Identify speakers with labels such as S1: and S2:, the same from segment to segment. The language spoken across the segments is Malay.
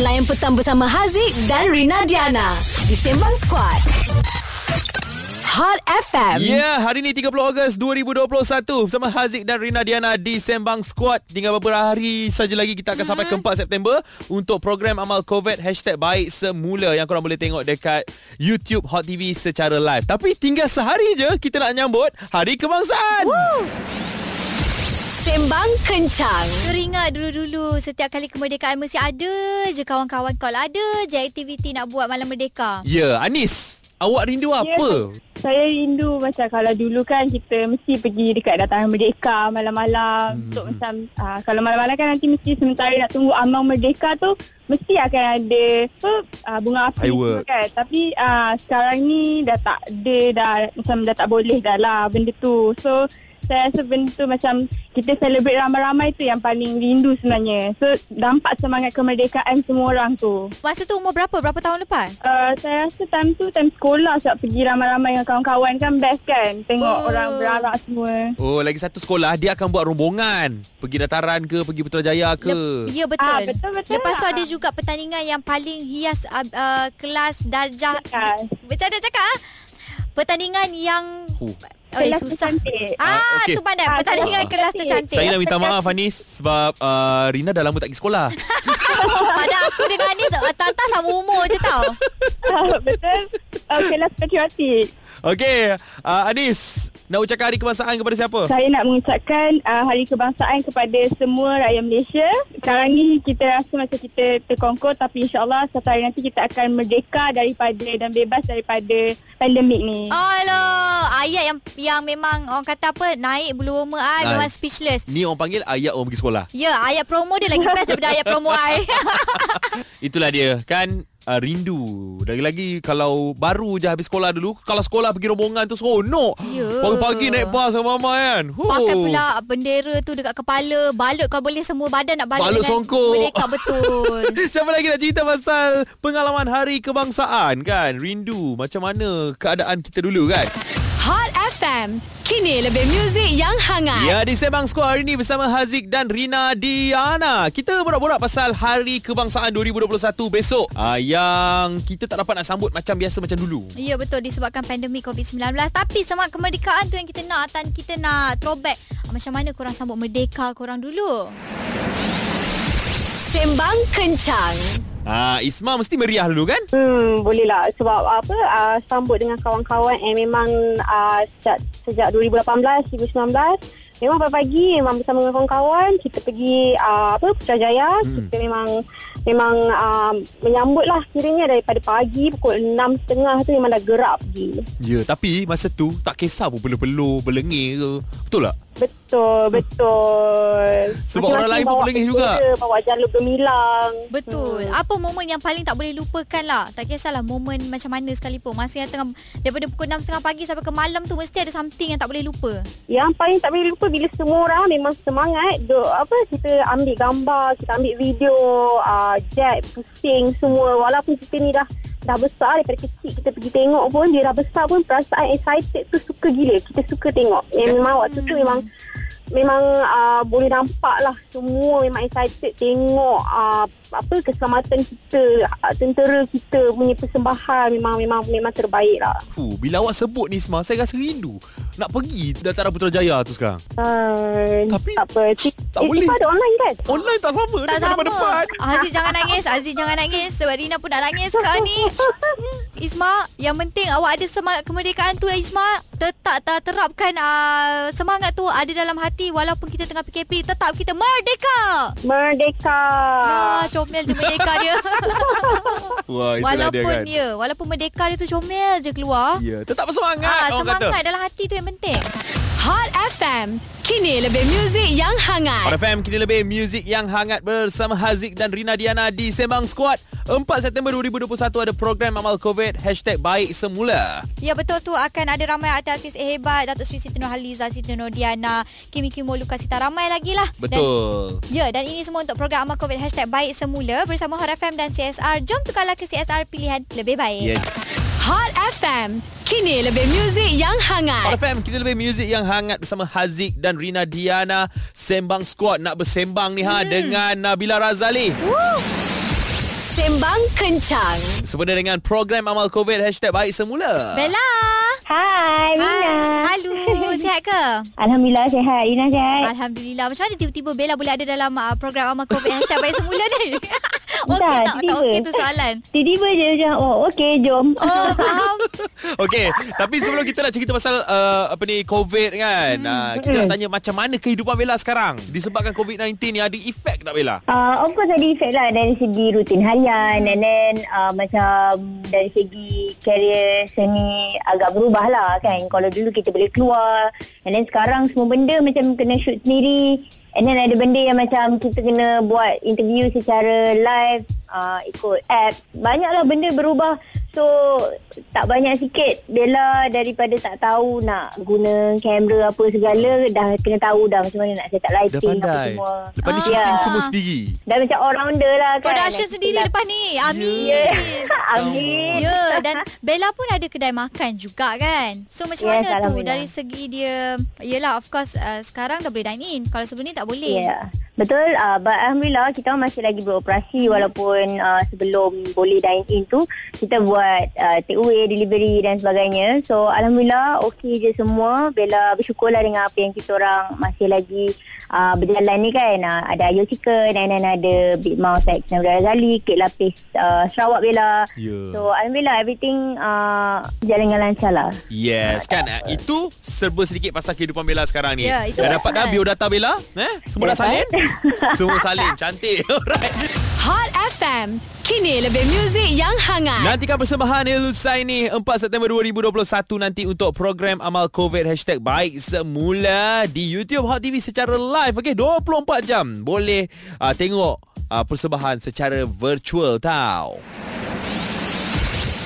S1: Layan petang bersama Haziq dan Rina Diana di Sembang Squad. Hot FM.
S2: Ya, yeah, hari ni 30 Ogos 2021 bersama Haziq dan Rina Diana di Sembang Squad. Tinggal beberapa hari saja lagi kita akan sampai ke 4 September untuk program amal COVID hashtag baik semula yang korang boleh tengok dekat YouTube Hot TV secara live. Tapi tinggal sehari je kita nak nyambut Hari Kebangsaan.
S1: Woo. Sembang Kencang.
S3: Teringat dulu-dulu setiap kali kemerdekaan mesti ada je kawan-kawan call ada je aktiviti nak buat malam merdeka.
S2: Ya, yeah, Anis, awak rindu
S4: Ya.
S2: apa?
S4: Saya rindu macam kalau dulu kan kita mesti pergi dekat datangan merdeka malam-malam hmm. untuk macam uh, kalau malam-malam kan nanti mesti sementara nak tunggu amang merdeka tu mesti akan ada apa uh, bunga api
S2: Firework.
S4: semua kan tapi uh, sekarang ni dah tak ada dah macam dah tak boleh dah lah benda tu so saya rasa benda tu macam kita celebrate ramai-ramai tu yang paling rindu sebenarnya so dampak semangat kemerdekaan semua orang tu
S3: Masa tu umur berapa? Berapa tahun lepas?
S4: Uh, saya rasa time tu time sekolah sebab pergi ramai-ramai dengan kawan-kawan kan best kan tengok
S3: Oh.
S4: oh. orang berarak semua.
S2: Oh, lagi satu sekolah dia akan buat rombongan. Pergi Dataran ke, pergi Putrajaya ke.
S3: Lep- ya betul.
S4: Ah, betul, betul
S3: Lepas tu
S4: lah.
S3: ada juga pertandingan yang paling hias uh, uh, kelas darjah.
S4: Kan.
S3: Macam mana cakap? ah? Pertandingan yang
S2: Huh.
S3: Oh, eh,
S4: Kelas
S3: susah.
S4: tercantik.
S3: Ah,
S2: Ah, okey.
S3: tu pandai.
S4: Ah,
S3: Pertandingan
S4: kelas
S3: kelas
S4: tercantik.
S3: tercantik.
S2: Saya nak minta maaf Anis sebab uh, Rina dah lama tak pergi sekolah.
S3: Pada aku dengan Anis Tata sama umur je tau
S4: Ah, betul. Uh, kelas patriotik.
S2: Okey, uh, Anis, nak ucapkan hari kebangsaan kepada siapa?
S4: Saya nak mengucapkan uh, Hari Kebangsaan kepada semua rakyat Malaysia. Sekarang ni kita rasa macam kita terkongkol tapi insyaAllah satu hari nanti kita akan merdeka daripada dan bebas daripada pandemik ni.
S3: Alah Ayat yang yang memang Orang kata apa Naik bulu roma I Memang
S2: Nice.
S3: speechless
S2: Ni orang panggil ayat orang pergi sekolah.
S3: Ya ayat promo dia lagi best Daripada ayat promo I
S2: Itulah dia kan uh, rindu. Lagi-lagi kalau baru je habis sekolah dulu, kalau sekolah pergi rombongan tu seronok.
S3: Ya.
S2: Pagi-pagi naik bas sama mama kan. Huh.
S3: Pakai pula bendera tu Dekat kepala Balut kalau boleh Semua badan nak balut
S2: Balut
S3: dengan
S2: songkok.
S3: Merdeka betul
S2: Siapa lagi nak cerita pasal pengalaman hari kebangsaan kan? Rindu macam mana keadaan kita dulu kan?
S1: Hot FM. Kini lebih muzik yang hangat.
S2: Ya, di Sembang Squad hari ini bersama Haziq dan Rina Diana. Kita borak-borak pasal Hari Kebangsaan 2021 besok. Uh, yang kita tak dapat nak sambut macam biasa macam dulu.
S3: Ya betul Disebabkan pandemik COVID-19 Tapi semangat kemerdekaan tu Yang kita nak Tan kita nak throwback Macam mana korang sambut merdeka Korang dulu
S1: Sembang Kencang.
S2: Ah, Isma mesti meriah dulu kan?
S4: Hmm, boleh lah sebab apa uh, sambut dengan kawan-kawan eh memang uh, sejak sejak 2018 2019 memang pagi-pagi memang bersama dengan kawan-kawan kita pergi uh, apa Putrajaya
S2: Hmm.
S4: hmm. kita memang memang uh, menyambut lah kiranya daripada pagi pukul 6.30 tu memang dah gerak pergi
S2: Ya, tapi masa tu tak kisah pun peluh-peluh, belengir ke. Betul tak?
S4: betul betul
S2: Sebab orang lain pun
S4: bawa
S2: pelengih juga.
S4: bendera, bawa jalur gemilang
S3: Betul. Hmm. Apa momen yang paling tak boleh lupakan lah. Tak kisahlah momen macam mana sekalipun. Masa yang tengah daripada pukul 6.30 pagi sampai ke malam tu mesti ada something yang tak boleh lupa.
S4: Yang paling tak boleh lupa bila semua orang memang semangat duk apa kita ambil gambar, kita ambil video, uh, jet, pusing semua walaupun kita ni dah dah besar daripada kecil kita pergi tengok pun dia dah besar pun perasaan excited tu suka gila. Kita suka tengok. Yang memang waktu tu memang memang uh, boleh nampak lah semua memang excited tengok uh, apa keselamatan kita, uh, tentera kita punya persembahan memang memang memang terbaik lah.
S2: Fuh, bila awak sebut ni Isma, saya rasa rindu. Nak pergi Dataran Putrajaya tu sekarang.
S4: Uh,
S2: Tapi-
S4: tak apa. Cik,
S2: tak boleh. Oh,
S4: Ada online kan?
S2: Online tak sama.
S3: Tak
S2: depan
S3: sama.
S2: depan.
S3: Aziz jangan nangis. Aziz jangan nangis. Sebab Rina pun nak nangis sekarang ni. Hmm, Isma, yang penting awak ada semangat kemerdekaan tu eh, Isma. Tetap tak terapkan uh, semangat tu ada dalam hati walaupun kita tengah PKP. Tetap kita merdeka.
S4: Merdeka.
S3: Ah, comel je merdeka dia.
S2: Wah, itulah dia kan.
S3: walaupun ya, walaupun merdeka dia tu comel je keluar.
S2: Ya, tetap bersemangat
S3: Ah,
S2: orang kata.
S3: semangat dalam hati tu yang penting.
S1: Hot FM. Kini lebih muzik yang
S2: Hot
S1: hangat.
S2: FM kini lebih muzik yang hangat bersama Haziq dan Rina Diana di Sembang Squad. 4 September 2021 ada program amal COVID hashtag baik semula.
S3: Ya betul tu akan ada ramai artis-artis hebat Datuk Sri Siti Nurhaliza, Siti Nurdiana, Kimi Kimo, Lukas Sita ramai lagi lah. Dan,
S2: Betul.
S3: ya dan ini semua untuk program Amal COVID Hashtag Baik Semula bersama Hot FM dan CSR. Jom tukarlah ke CSR pilihan lebih
S2: Ya.
S3: baik.
S1: Hot FM. Kini lebih muzik yang
S2: Hot
S1: hangat.
S2: FM kita lebih muzik yang hangat bersama Haziq dan Rina Diana Sembang Squad nak bersembang ni ha dengan Nabila Razali.
S1: Sembang Kencang.
S2: Sempena dengan program amal COVID hashtag baik semula.
S3: Bella.
S4: Hai, Rina.
S3: Hai. Hello. Sihat ke?
S4: Alhamdulillah sihat. Rina sihat.
S3: Alhamdulillah. Macam mana tiba-tiba Bella boleh ada dalam uh, program Amal COVID Hashtag Baik Semula ni? Okey
S4: Dah,
S3: tak? Tak
S4: tiba.
S3: okey tu soalan.
S4: Tiba-tiba je macam, oh okey jom.
S3: Oh, faham.
S2: Okey, tapi sebelum kita nak cerita pasal uh, apa ni COVID kan. Hmm. Uh, kita nak tanya macam mana kehidupan Bella sekarang? Disebabkan COVID-19 ni ada efek tak Bella?
S4: Uh, of course ada efek lah dari segi rutin harian and then uh, macam dari segi career seni agak berubah lah kan. Kalau dulu kita boleh keluar and then sekarang semua benda macam kena shoot sendiri and then ada benda yang macam kita kena buat interview secara live uh, ikut app. Banyaklah benda berubah So tak banyak sikit Bella daripada tak tahu nak guna kamera apa segala Dah kena tahu dah macam mana nak set up
S2: Dah
S4: lighting apa
S2: pandai.
S4: semua Ya.
S2: Lepas ni
S3: Ah.
S2: shooting semua sendiri.
S4: Dah macam all-rounder lah kan.
S3: Production sendiri lepas ni. Amin.
S4: Ya.
S3: Yeah.
S4: Amin.
S3: Ya yeah, dan Bella pun ada kedai makan juga kan So macam
S4: Yes,
S3: mana tu
S4: Alhamdulillah.
S3: dari segi dia Yelah of course uh, sekarang dah boleh dine in Kalau sebelum ni tak boleh
S4: Yeah. Ya. Betul uh, but alhamdulillah kita orang masih lagi beroperasi
S3: Mhm.
S4: walaupun uh, sebelum boleh dine in tu kita buat uh, take away delivery dan sebagainya. So alhamdulillah okey je semua. Bella bersyukurlah dengan apa yang kita orang masih lagi uh, berjalan ni kan. Uh, ada Ayo Chicken and then ada Big Mouth at Kenabra Ghazali, Kek Lapis uh, Sarawak Bella.
S2: Ya.
S4: So alhamdulillah everything uh, berjalan dengan lancar lah.
S2: Yes kan Ah, Itu serba sedikit pasal kehidupan Bella sekarang ni
S3: Ya, itu
S2: Dah dapat dah
S3: personal.
S2: biodata Bella eh? Semua dah salin
S4: Dapat.
S2: Semua salin Cantik Alright
S1: Hot FM. Kini lebih muzik yang hangat.
S2: Nantikan persembahan Ilusai ni 4 September 2021 nanti untuk program Amal COVID Hashtag Baik Semula di YouTube Hot TV secara live okay? 24 jam Boleh uh, tengok uh, persembahan secara virtual tau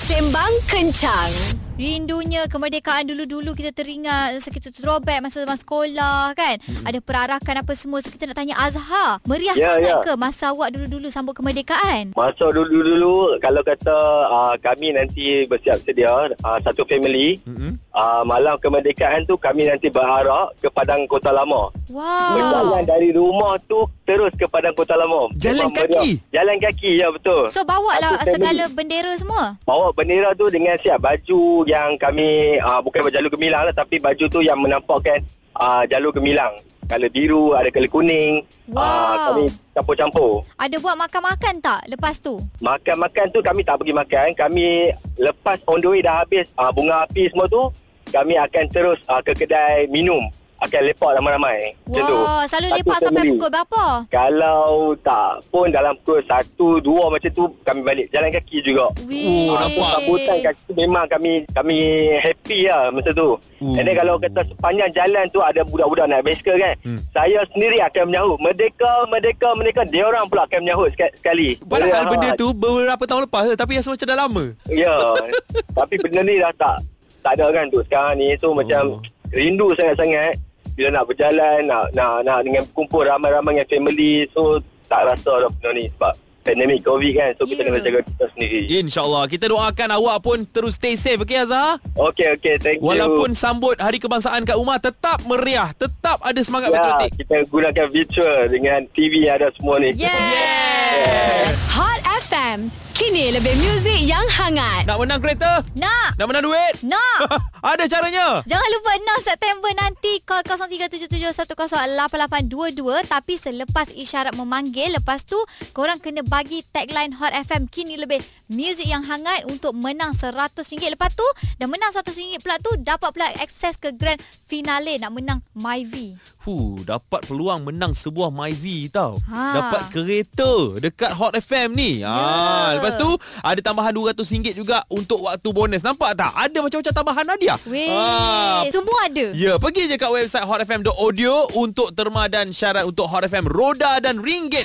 S1: Sembang Kencang.
S3: Rindunya kemerdekaan dulu-dulu kita teringat masa kita throwback masa zaman sekolah kan. Ada perarakan apa semua. So kita nak tanya Azhar, meriah
S5: Ya,
S3: sangat
S5: ya.
S3: ke masa awak dulu-dulu sambut kemerdekaan?
S5: Masa dulu-dulu kalau kata uh, kami nanti bersiap sedia uh, satu family
S2: Mm-mm.
S5: uh, malam kemerdekaan tu kami nanti berharap ke Padang Kota Lama.
S3: Wow.
S5: Berjalan dari rumah tu terus ke Padang Kota Lama.
S2: Jalan
S5: Memang
S2: kaki?
S5: meriah. Jalan kaki ya betul.
S3: So bawa lah
S5: Satu family.
S3: segala bendera semua.
S5: Bawa bendera tu dengan siap baju yang kami uh, bukan berjalur gemilang lah tapi baju tu yang menampakkan uh, jalur gemilang. Kala biru, ada kala kuning.
S3: Wow.
S5: Ah, kami campur-campur.
S3: Ada buat makan-makan tak lepas tu?
S5: Makan-makan tu kami tak pergi makan. Kami lepas on the way dah habis uh, bunga api semua tu, kami akan terus uh, ke kedai minum. Akan lepak ramai-ramai. Macam tu.
S3: Wah, selalu
S5: Satu
S3: lepak sampai
S5: family.
S3: pukul berapa?
S5: Kalau tak pun dalam pukul 1, 2 macam tu kami balik jalan kaki juga.
S3: Wih.
S2: Oh,
S5: Ah,
S2: nampak.
S5: Sambutan kaki tu memang kami kami happy lah masa
S2: Ooh.
S5: tu. Hmm. And then kalau kata sepanjang jalan tu ada budak-budak naik basikal kan.
S2: Hmm.
S5: Hmm. Saya sendiri akan menyahut. Merdeka, merdeka, merdeka. Dia orang pula akan menyahut sek- sekali.
S2: Padahal
S5: Boleh,
S2: benda
S5: ah,
S2: tu beberapa tahun lepas Tapi rasa macam dah lama
S5: Ya. Tapi benda ni dah tak tak ada kan tu sekarang ni.
S3: Oh.
S5: So macam rindu sangat-sangat bila nak berjalan, nak nak nak dengan kumpul ramai-ramai dengan family. So tak rasa dah benda ni sebab pandemik COVID kan. So
S3: Ya.
S5: kita kena jaga kita sendiri.
S2: InsyaAllah Kita doakan awak pun terus stay safe Okay Azhar
S5: Okay, okay. Thank
S2: Walaupun
S5: you.
S2: sambut Hari Kebangsaan kat rumah Tetap meriah Tetap ada semangat
S5: Ya,
S2: patriotik
S5: kita gunakan virtual dengan TV yang ada semua ni.
S3: Ya. Yeah.
S1: Hot FM. Kini lebih muzik yang hangat.
S2: Nak menang kereta?
S3: Nak.
S2: Nak menang duit?
S3: Nak.
S2: ada caranya
S3: Jangan lupa 6 September nanti call 0377108822 tapi selepas isyarat memanggil lepas tu korang kena bagi tagline Hot FM kini lebih muzik yang hangat untuk menang RM100 lepas tu dan menang RM100 pula tu dapat pula akses ke grand finale nak menang MyV.
S2: Hu, dapat peluang menang sebuah MyV tau.
S3: Ha.
S2: Dapat kereta dekat Hot FM ni. Ha,
S3: Ya.
S2: lepas tu ada tambahan RM200 juga untuk waktu bonus. Nampak tak? Ada macam-macam tambahan hadiah.
S3: Weh,
S2: Ah,
S3: semua ada.
S2: Ya, pergi je kat website hotfm.audio untuk terma dan syarat untuk Hot FM roda dan ringgit.